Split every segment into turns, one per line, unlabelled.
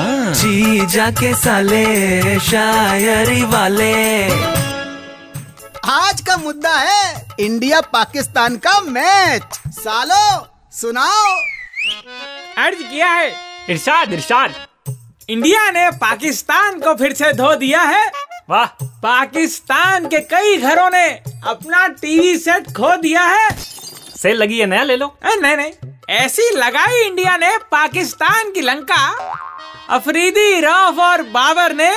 जी जाके साले शायरी वाले
आज का मुद्दा है इंडिया पाकिस्तान का मैच सालो सुनाओ
अर्ज किया है इरशाद इरशाद इंडिया ने पाकिस्तान को फिर से धो दिया है
वाह
पाकिस्तान के कई घरों ने अपना टीवी सेट खो दिया है
सेल लगी है नया ले लो
अ, नहीं नहीं ऐसी लगाई इंडिया ने पाकिस्तान की लंका अफरीदी रौफ और बाबर ने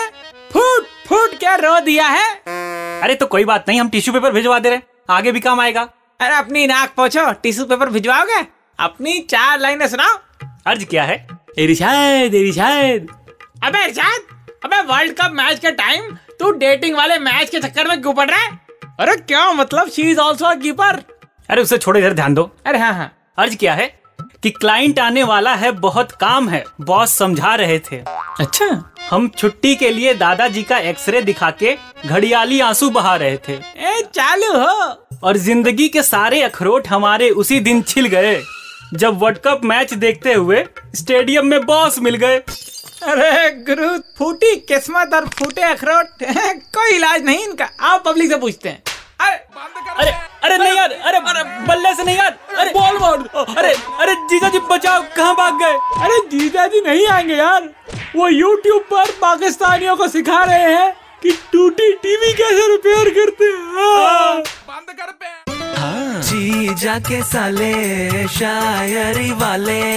फूट फूट के रो दिया है
अरे तो कोई बात नहीं हम टिश्यू पेपर भिजवा दे रहे हैं। आगे भी काम आएगा
अरे अपनी नाक पोछो टिश्यू पेपर भिजवाओगे अपनी चार लाइनें सुनाओ
अर्ज क्या है इरशाद इरशाद
अबे इरशाद अबे वर्ल्ड कप मैच के टाइम तू डेटिंग वाले मैच के चक्कर में क्यों पड़ रहा है अरे क्या मतलब शी इज ऑल्सो कीपर
अरे उसे छोड़ो इधर ध्यान दो
अरे हाँ हाँ
अर्ज क्या है कि क्लाइंट आने वाला है बहुत काम है बॉस समझा रहे थे
अच्छा
हम छुट्टी के लिए दादाजी का एक्सरे दिखा के घड़ियाली आंसू बहा रहे थे
ए चालू हो
और जिंदगी के सारे अखरोट हमारे उसी दिन छिल गए जब वर्ल्ड कप मैच देखते हुए स्टेडियम में बॉस मिल गए
अरे गुरु फूटी किस्मत और फूटे अखरोट कोई इलाज नहीं इनका आओ पब्लिक से पूछते हैं अरे
अरे अरे नहीं यार अरे अरे बल्ले से नहीं यार अरे बॉल मोड़ अरे अरे जीजा जी बचाओ कहाँ भाग गए
अरे जीजा जी नहीं आएंगे यार वो YouTube पर पाकिस्तानियों को सिखा रहे हैं कि टूटी टीवी कैसे रिपेयर करते
हाँ।
हैं
जी जाके साले शायरी वाले